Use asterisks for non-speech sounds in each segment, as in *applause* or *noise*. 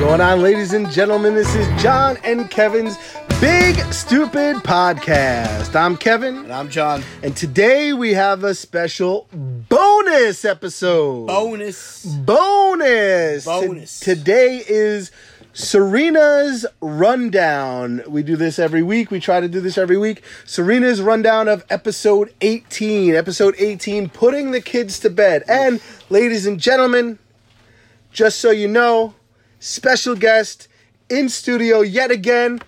going on, ladies and gentlemen? This is John and Kevin's Big Stupid Podcast. I'm Kevin, And I'm John. and today we have a special bonus episode. Oh, Bonus. Bonus. Bonus. T- today is Serena's rundown. We do this every week. We try to do this every week. Serena's rundown of episode 18. Episode 18, putting the kids to bed. And ladies and gentlemen, just so you know, special guest in studio yet again,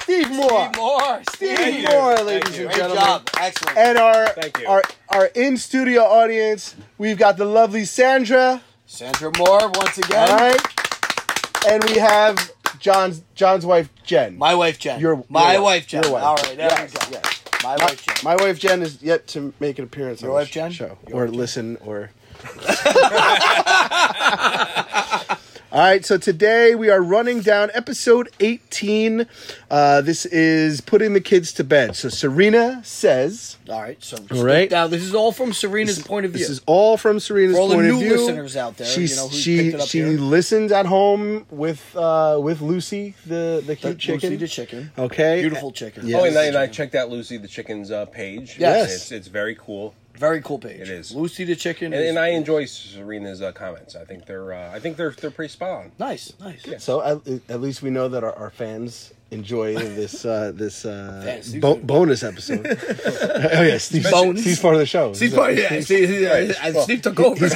Steve Moore. More. Steve Steve. Great Moore, ladies and gentlemen job. Excellent. and our Thank you. our our in studio audience, we've got the lovely Sandra, Sandra Moore once all again. right, and we have John's John's wife Jen. My wife Jen. Your- my your wife Jen. Your wife. All right. There Yes, we go. yes. My wife Jen. My wife Jen is yet to make an appearance Your on wife, the Jen? show or listen or. *laughs* All right, so today we are running down episode 18. Uh, this is putting the kids to bed. So Serena says, all right. So All right. now this is all from Serena's point of view. This is all from Serena's For all the point of new view. listeners out there, she you know, who she picked it up she here. listens at home with uh, with Lucy the the cute Lucy chicken. the chicken. Okay, Beautiful chicken. Yes. Oh, and I, and I checked out Lucy the Chicken's uh, page. Yes. It's, it's very cool. Very cool page. It is. Lucy the chicken. And, is- and I enjoy Serena's uh, comments. I think they're uh, I think they're they're pretty spot on. nice. Nice. So at, at least we know that our, our fans *laughs* enjoy this uh, this uh, Fans, you bo- do. bonus *laughs* episode. oh yeah, Steve, Bonus. Steve's part of the show. Steve, yeah, Steve, yeah, and Steve took over.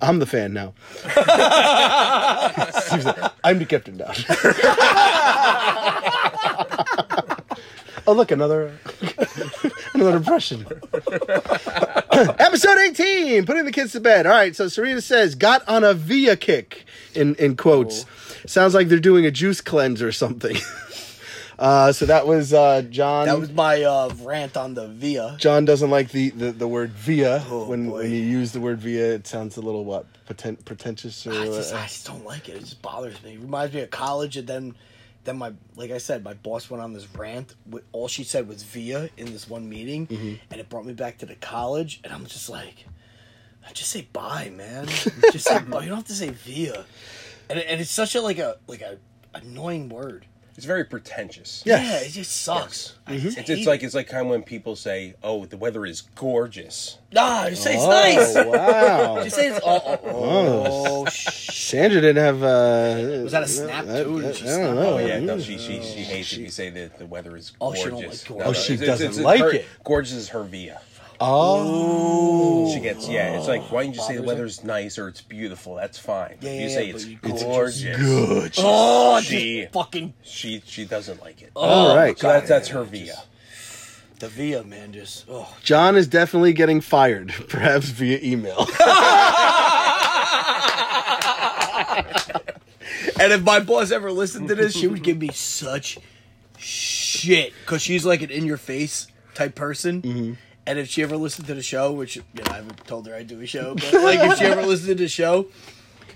I'm the fan *laughs* now. Steve's like, I'm the captain *laughs* now. oh look, another another impression. *laughs* Episode 18, putting the kids to bed. All right, so Serena says, got on a via kick in in quotes. Oh. Sounds like they're doing a juice cleanse or something. *laughs* uh, so that was uh, John. *laughs* That was my uh, rant on the Via. John doesn't like the, the, the word via. Oh, when, boy. when you use the word via, it sounds a little what pretent, pretentious or I Ah, just, uh, I just don't like it. It just bothers me. It reminds me of college, and then, then my, like I said, my boss went on this rant. With, all she said was "via" in this one meeting, and it brought me back to the college. And I'm just like, I just say "bye, man." Just say "bye." You don't have to say "via," and it- and it's such a like a like a annoying word. It's very pretentious. Yes. Yeah, it just sucks. I just hate It's, it's it. like it's like kind of when people say, "Oh, the weather is gorgeous." nah, just say it's nice. Oh, wow. *laughs* Just say it's oh oh *laughs* oh, sh- Sandra didn't have. Uh, Was that a snap, I, too? I- Did she I don't snap? know. Oh yeah, no, she she she hates if you say that the weather is Oh, she gorgeous. don't like gorgeous. No, no, Oh, she it's- it's- doesn't it's- it's like her- it. Gorgeous is her via. Oh. She gets yeah. It's like why don't you say the Bothers her. weather's nice or it's beautiful? That's fine. Yeah, if yeah, you say but it's you- It's gorgeous, Good. oh, just She- fucking she she doesn't like it. Oh, All right. So that's that's her via. the via, man. Just oh. John is definitely getting fired, *laughs* perhaps via *laughs* email. And if my boss ever listened to this, she would *laughs* give me such shit because she's like an in-your-face type person. And if she ever listened to the show, which you know, I haven't told her I do a show, but like if she ever listened to the show,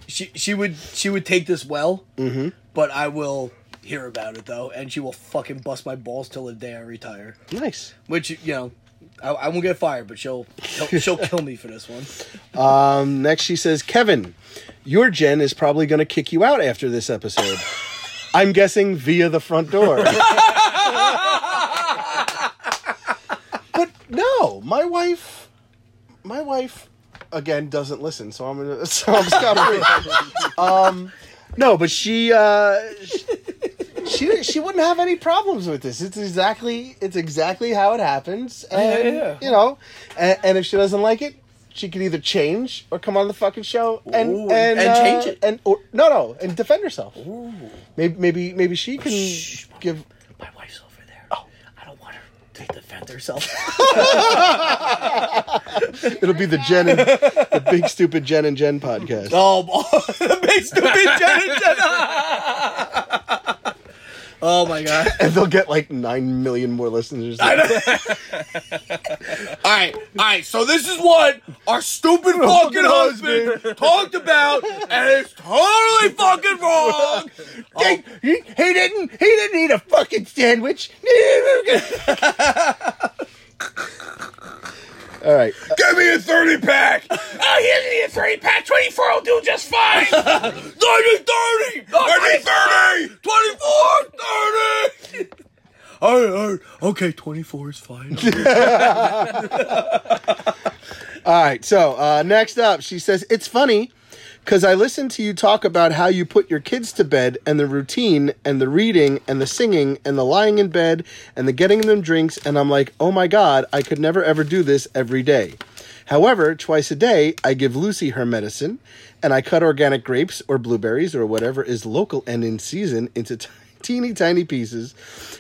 she she would she would take this well. Mm-hmm. But I will hear about it though, and she will fucking bust my balls till the day I retire. nice. Which you know, I, I won't get fired, but she'll she'll, she'll kill me for this one. Um, next, she says, Kevin, your Jen is probably going to kick you out after this episode. I'm guessing via the front door. but no, my wife, my wife, again doesn't listen, so I'm gonna, *laughs* so I'm scot free. um, no, but she, uh, she, she wouldn't have any problems with this. It's exactly, it's exactly how it happens, and Oh, yeah. you know, and, and if she doesn't like it. She could either change or come on the fucking show and Ooh, and, and uh, change it. and or, no no and defend herself. Maybe maybe maybe she can Shh. give My wife's over there. Oh, I don't want her to defend herself. It'll be the Jen and the big stupid Jen and Jen podcast. Oh, *laughs* the big stupid Jen and Jen. oh my *laughs* god! And they'll get like nine million more listeners. All right, all right. So this is what our stupid fucking husband talked about, and it's totally fucking wrong. Hey, he, he didn't he didn't eat a fucking sandwich. *laughs* All right. Give me a 30 pack! oh, here's me a 30 pack. 24 will do just *laughs* fine. Oh, 90 30! 30! 24! 30! All right, all right. Okay, 24 is fine. *laughs* All right. So uh, next up, she says, It's funny because I listened to you talk about how you put your kids to bed and the routine and the reading and the singing and the lying in bed and the getting them drinks. And I'm like, oh my God, I could never ever do this every day. However, twice a day, I give Lucy her medicine and I cut organic grapes or blueberries or whatever is local and in season into *laughs* t- teeny tiny pieces.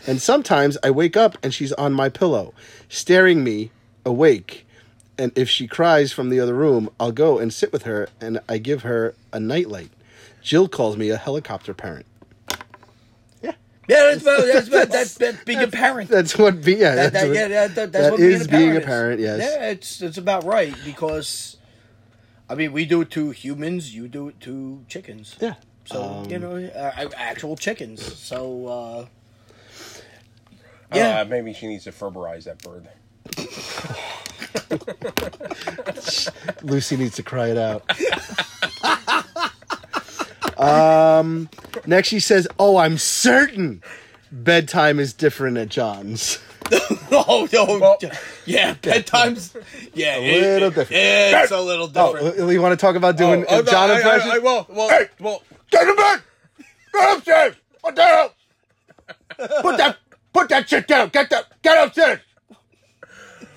And sometimes I wake up and she's on my pillow, staring me awake and if she cries from the other room, I'll go and sit with her and I give her a nightlight. Jill calls me a helicopter parent. yeah, that's about, that's about that's, that's being a parent. That's what be yeah, That, that's that, what- yeah, that, that- that's that what being is a parent being a is. parent, yes. Yeah, it's it's about right because, I mean, we do it to humans. You do it to chickens. Yeah. Um, So you know, uh, actual chickens. So uh, Yeah. Yeah. Uh, maybe she needs to ferberize that bird. Lucy needs to cry it *laughs* out. um next she says, "Oh, I'm certain bedtime is different at John's." oh *laughs* no, Well- yeah, *laughs* bedtimes. Yeah, a little different. Yeah, it's a little uh, different. Oh, you want to talk about doing Oh, a no, John I- I- impression? I- well, well, Hey! well, Get him back! Get upstairs! Put that up! Put that put that shit down! Get that get upstairs!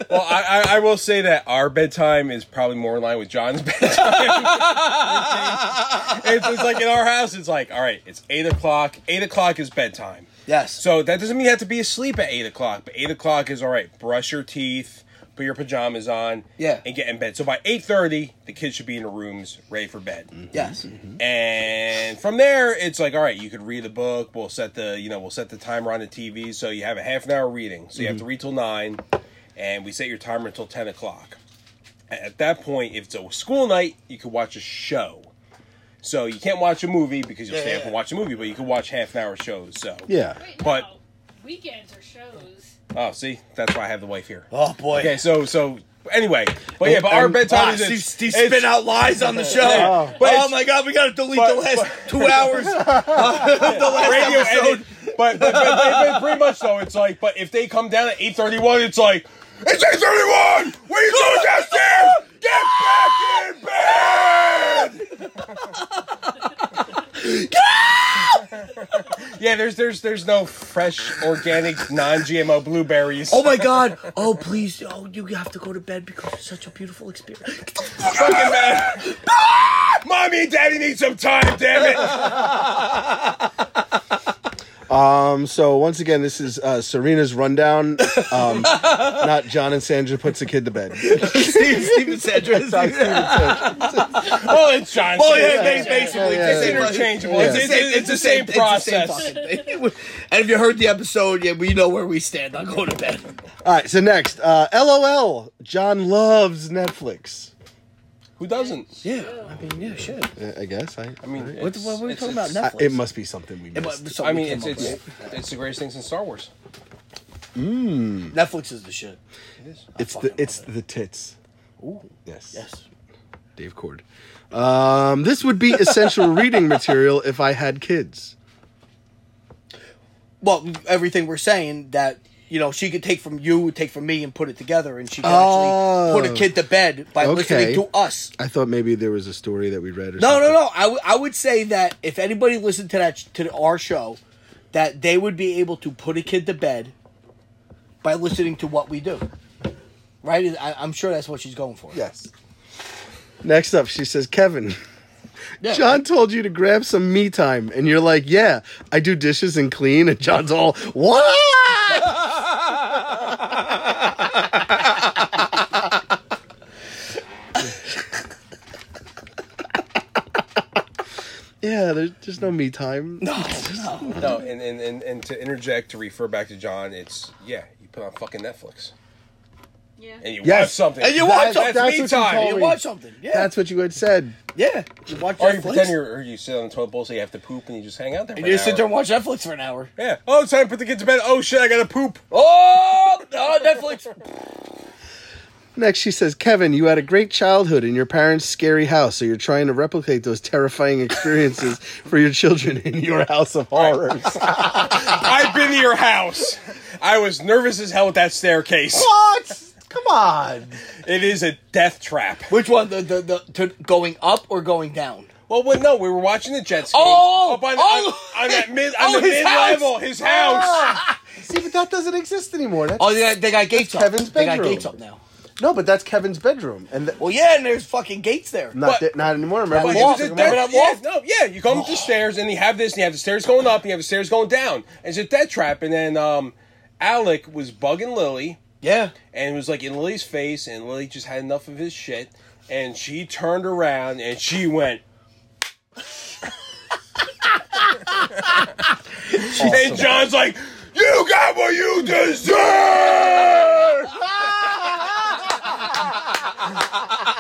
well I, I, I will say that our bedtime is probably more in line with John's *laughs* bedtime. it's, it's like in our house, it's like, all right, it's 8 o'clock. 8 o'clock is bedtime. Yes. So that doesn't mean you have to be asleep at 8 o'clock, but 8 o'clock is all right. Brush your teeth, put your pajamas on, Yeah. and get in bed. So by 8.30, the kids should be in the rooms ready for bed. yes. Mm-hmm. And from there, it's like, all right, you could read a book. We'll set the, you know, we'll set the timer on the TV, so you have a half an hour reading. So you Mm-hmm. have to read till nine, and we set your timer until ten o'clock. A- At that point, if it's a school night, you could watch a show. So you can't watch a movie because you'll stay yeah, up and yeah. watch a movie, but you can watch half an hour shows. So Yeah. Wait, But- no. weekends are shows. oh, see, that's why I have the wife here. Oh boy. Okay, so so anyway, but yeah, but our And- bedtime Ah, is Steve, it's- Steve it's- spit out lies on the show. Yeah. But oh it's- my god, we gotta delete but- the last but- two *laughs* hours. the last radio episode. edit. But, but, but, but, but pretty much though, it's like, but if they come down at eight thirty one, it's like, it's eight thirty one. What are you *laughs* doing downstairs? Get back in bed. *laughs* yeah, there's there's there's no fresh, organic, non-GMO blueberries. Oh my god. Oh please. Oh, you have to go to bed because it's such a beautiful experience. *laughs* fucking man! Ah! Mommy and Daddy need some time. Damn it! Um, so once again, this is uh, Serena's rundown. *laughs* Um, not John and Sandra puts the kid to bed. Steve, Steve and Sandra. Well, Oh, it's John. yeah, Cena. ba- basically, yeah, *laughs* it's yeah. interchangeable. It's, It's- the it's- same, it's the same process. It's the same fucking thing. *laughs* and if you heard the episode, yeah, we know where we stand on going to bed. All right, so next, uh, LOL. John loves Netflix. Who doesn't? Yeah, I mean, yeah, shit. Uh, I guess I. I mean, What, it's- what were we it's- talking it's- about? I- Netflix. it must be something we It missed. must- something I we mean, came it's up it's, with. it's the greatest thing since Star Wars. Netflix is the shit. It's the it's the tits. Yes. Yes. Dave Cord. Um, this would be essential reading material if I had kids. well, everything we're saying that you know she could take from you, take from me, and put it together, and she can Oh. actually put a kid to bed by Okay. listening to us. I thought maybe there was a story that we read. or No, something. no, no. I, w- I would say that if anybody listened to that sh- to our show, that they would be able to put a kid to bed by listening to what we do. Right? I, I'm sure that's what she's going for. Yes. Next up, she says, Kevin. Yeah. John told you to grab some me time, and you're like, "Yeah, I do dishes and clean." And John's all, "What?" *laughs* yeah, there's, there's no me time. No, *laughs* no. No, and, and, and, and to interject, to refer back to John, it's, yeah, you put on fucking Netflix. Yeah. And you Yes. watch something. And you watch That's, something. that's That's me what you call time. You it. watch something. Yeah. That's what you had said. yeah. You watch Or you Netflix. pretend you're, or you sit on the toilet bowl so you have to poop and you just hang out there. and for you an just sit hour. there and watch Netflix for an hour. Yeah. Oh, it's time to put the kid to bed. Oh, shit, I gotta poop. Oh, no, Netflix. Next, she says, Kevin, you had a great childhood in your parents' scary house, so you're trying to replicate those terrifying *laughs* experiences for your children in your house of *laughs* horrors. I've been to your house. I was nervous as hell at *laughs* that staircase. What? Come on. It is a death trap. *laughs* Which one? The the, the to going up or going down? Well, well, no, we were watching the Jets game. Oh! up on, Oh! on, on that mid, on *laughs* Oh, the his mid house! Ah! level, his house. See, but that doesn't exist anymore. That's, Oh, they got, they got gates up. Kevin's they got bedroom. gates up now. No, but that's Kevin's bedroom, and th- Well, yeah, and there's fucking gates there. not But- th- not anymore. Remember, That we wall- took them remember out? that yeah, wall? no, yeah, you come up the stairs and you have this, and you have the stairs going up, and you have the stairs going down. It's a death trap. And then um, Alec was bugging Lily, Yeah. and it was like in Lily's face, and Lily just had enough of his shit, and she turned around and she went. And John's like, "You got what you deserve."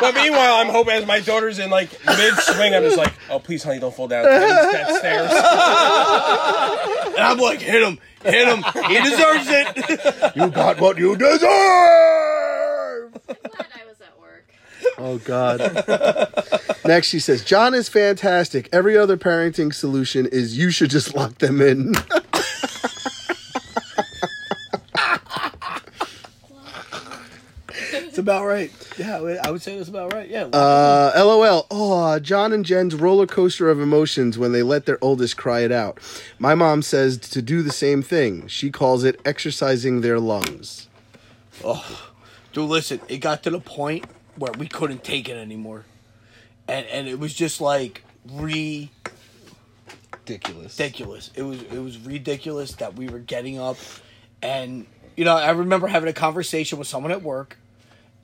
But meanwhile, I'm hoping as my daughter's in like mid swing, I'm just like, "Oh, please, honey, don't fall down that stairs." And I'm like, hit him, hit him. he deserves it. You got what you deserve. Glad I was at work. Oh God. Next, she says, John is fantastic. Every other parenting solution is you should just lock them in. It's about right. Yeah, I would- I would say that's about right. Yeah. Uh, LOL. Oh, John and Jen's roller coaster of emotions when they let their oldest cry it out. My mom says to do the same thing. She calls it exercising their lungs. Dude, listen, it got to the point where we couldn't take it anymore. And and it was just like ridiculous. Ridiculous. It was it was ridiculous that we were getting up and you know, I remember having a conversation with someone at work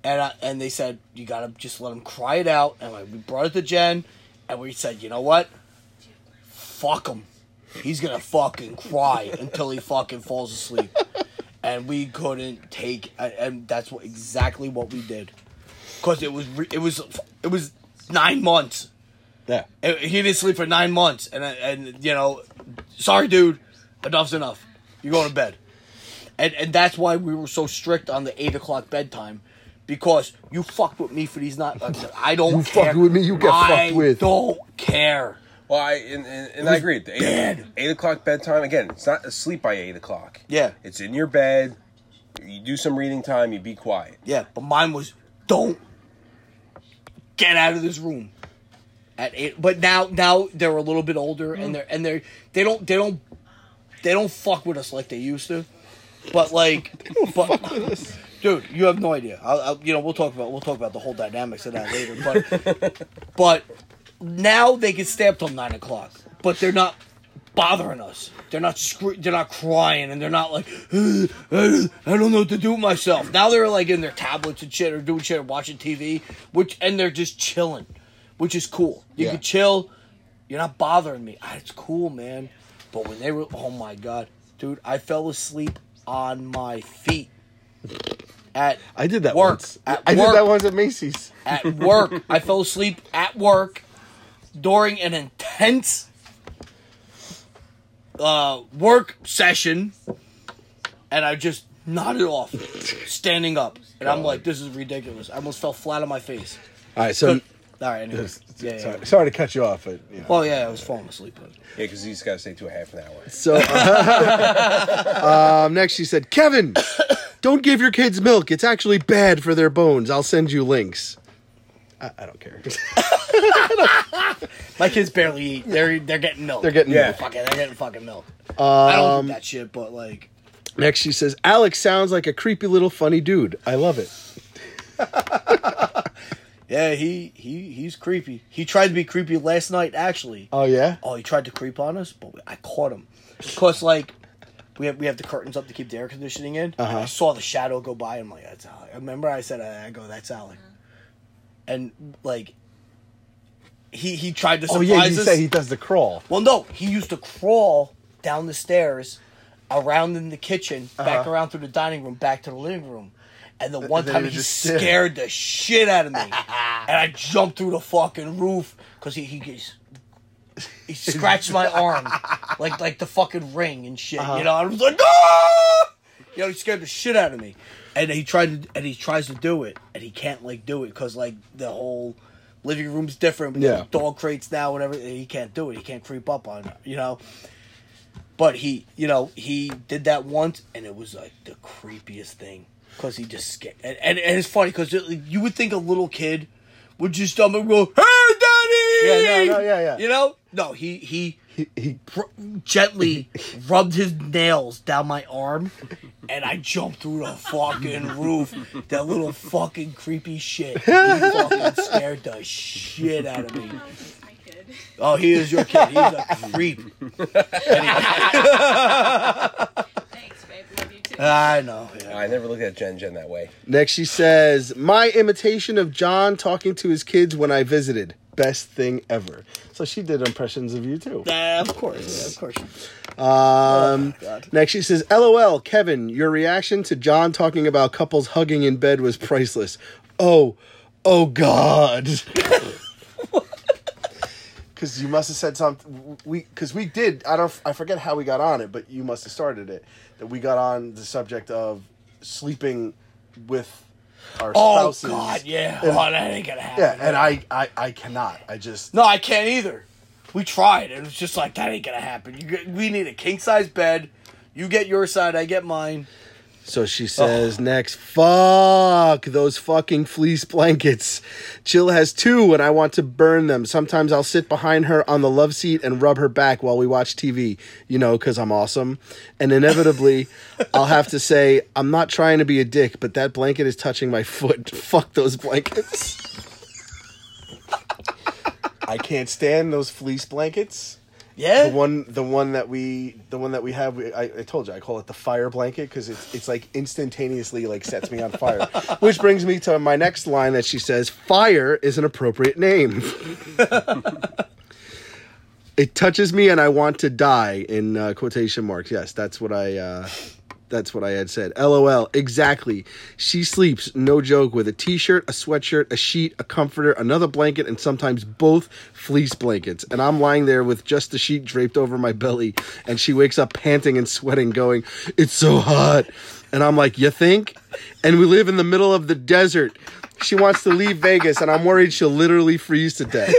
and I, and they said you got to just let them cry it out and like we brought it to Jen and we said, "You know what? Fuck him. He's going to fucking cry until he fucking falls asleep." And we couldn't take and- and that's what exactly what we did. Cuz it was re- it was it was 9 months. Yeah. It- he didn't sleep for 9 months and I- and you know, sorry dude, enough's enough. You're going to bed and and that's why we were so strict on the eight o'clock bedtime, because you fucked with me for these not. I don't. You care. fucked with me, you get I fucked with. Don't care. Well, I and, and, and I agree. The eight, eight o'clock bedtime again. It's not asleep by eight o'clock. Yeah. it's in your bed. You do some reading time. You be quiet. Yeah, but mine was don't get out of this room at eight. But now now they're a little bit older and they're and they're they don't they don't they don't fuck with us like they used to. But like, but, dude, you have no idea. I'll, I'll, you know, we'll talk about we'll talk about the whole dynamics of that later. But but now they can stay up till nine o'clock, but they're not bothering us. They're not scre- they're not crying, and they're not like "Ugh, ugh, I don't know what to do with myself. Now they're like in their tablets and shit, or doing shit, or watching TV, which and they're just chilling, which is cool. You Yeah. can chill. You're not bothering me. Ah, It's cool, man. But when they were, oh my god, dude, I fell asleep on my feet. At I did that work. once. At I work did that once at Macy's. at work. I fell asleep at work during an intense uh, work session, and I just nodded off, standing up, and I'm like, "This is ridiculous." I almost fell flat on my face. All right, so. All right, anyways, yeah, yeah, yeah. Um, Sorry, sorry to cut you off, but you know. Well, yeah, I was falling asleep. But Yeah, because he's got to stay to a half an hour. So *laughs* um, next, she said, *coughs* "Kevin, don't give your kids milk. It's actually bad for their bones. I'll send you links." I, I don't care. *laughs* my kids barely eat. They're they're getting milk. They're getting Um, Yeah. milk. fucking. They're getting fucking milk. I don't do that shit, but like, Next, she says, "Alex sounds like a creepy little funny dude. I love it." yeah, he he he's creepy. He tried to be creepy last night, actually. Oh yeah. Oh, he tried to creep on us, but I caught him. Cause like we have we have the curtains up to keep the air conditioning in. and Uh-huh. I saw the shadow go by. And I'm like, that's Alec. I remember I said, I, I go, that's Alec. And like he he tried to Oh surprise yeah. You us. say he does the crawl. well, no, he used to crawl down the stairs, around in the kitchen, back around through the dining room, back to the living room. And the one then time he he, was just staring. scared the shit out of me, and I jumped through the fucking roof because he he gets he scratched my arm like like the fucking ring and shit. You know, I was like, ah! You know, he scared the shit out of me. and he tried to, and he tries to do it, and he can't like do it because like the whole living room's different. Yeah. dog crates now, whatever. He can't do it. He can't creep up on her, you know. But he, you know, he did that once, and it was like the creepiest thing because he just scared. And, and, and it's funny because you would think a little kid would just up and go, "Hey, daddy!" Yeah, no, no, yeah, yeah. You know, no, he he He, he pr- gently rubbed his nails down my arm, and I jumped through the fucking roof. That little fucking creepy shit. He fucking scared the shit out of me. No, he's my kid. Oh, he is your kid. He's a creep. Thanks, babe. Love you too. I know. Yeah. I never looked at Jen Jen that way. Next, she says, "My imitation of John talking to his kids when I visited, best thing ever." So she did impressions of you too. Uh, of course. Yeah, of course. Um, God. next, she says, "LOL, Kevin, your reaction to John talking about couples hugging in bed was priceless. Oh, oh *laughs* God." Because you must have said something. We because we did. I don't. I forget how we got on it, but you must have started it. That we got on the subject of sleeping with our Oh spouses. God, yeah. And- oh, that ain't gonna happen. yeah, and I, I, I cannot. I just No, I can't either. We tried, and it's just like that ain't gonna happen. You get, we need a king size bed. You get your side, I get mine. So she says next, fuck those fucking fleece blankets. Jill has two and I want to burn them. Sometimes I'll sit behind her on the love seat and rub her back while we watch TV, you know, because I'm awesome. And inevitably, *laughs* I'll have to say, I'm not trying to be a dick, but that blanket is touching my foot. *laughs* Fuck those blankets. I can't stand those fleece blankets Yeah. the one the one that we the one that we have we, I, I told you i call it the fire blanket because it's, it's like instantaneously like sets me on fire which brings me to my next line that she says fire is an appropriate name *laughs* it touches me and i want to die in uh, quotation marks yes that's what i uh, that's what i had said lol exactly she sleeps no joke with a t-shirt a sweatshirt a sheet a comforter another blanket and sometimes both fleece blankets and i'm lying there with just the sheet draped over my belly and she wakes up panting and sweating going it's so hot and i'm like you think and we live in the middle of the desert she wants to leave vegas and i'm worried she'll literally freeze to death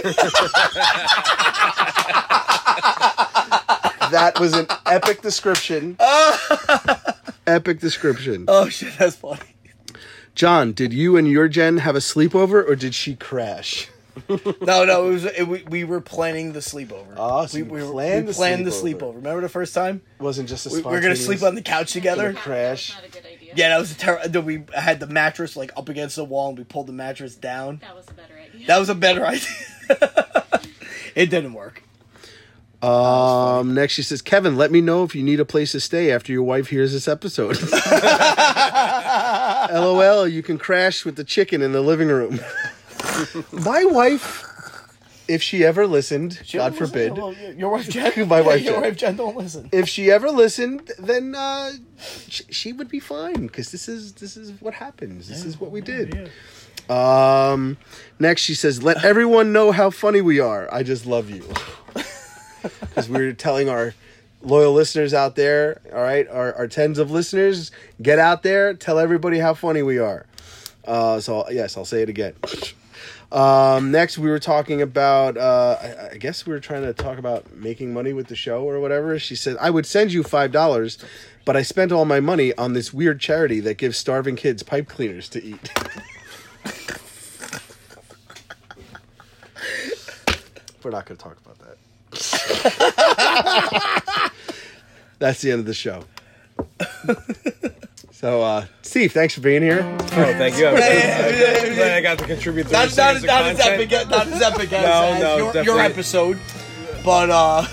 that was an epic description. *laughs* epic description. oh shit, that's funny. John, did you and your Jen have a sleepover or did she crash? No, no, it was it, we, we were planning the sleepover. Oh, so we, you we were- planned we the planned the sleepover. sleepover. Remember the first time It wasn't just a we, we were gonna spontaneous- sleep on the couch together. Not- crash. That's not a good idea. Yeah, that was a terror. We had the mattress like up against the wall, and we pulled the mattress down. That was a better idea. That was a better *laughs* idea. it didn't work. Um, next she says, Kevin, let me know if you need a place to stay after your wife hears this *laughs* episode. LOL, you can crash with the chicken in the living *laughs* room. My wife, if she ever listened, God forbid, Your *laughs* wife Jen. My wife, Your Jen. wife Jen. Don't listen. if she ever listened, then uh, sh- she would be fine because this is this is what happens. This is what we did. Um, next, she says, "Let everyone know how funny we are. I just love you." Because we're telling our loyal listeners out there, all right, our, our tens of listeners, get out there, tell everybody how funny we are. Uh, so yes, I'll say it again. Um, next, we were talking about. Uh, I, I guess we were trying to talk about making money with the show or whatever. She said, "I would send you five dollars, but I spent all my money on this weird charity that gives starving kids pipe cleaners to eat." *laughs* we're not going to talk about that. *laughs* That's the end of the show. so, uh, Steve, thanks for being here. Oh, thank you. *laughs* I'm glad- I'm glad I got to contribute to That's this not, series of not as epic. content. Not as epic as, *laughs* No, as no, your, your definitely. episode. But uh,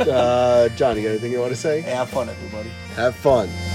Uh, John, you got anything you want to say? yeah, have fun, everybody. Have fun.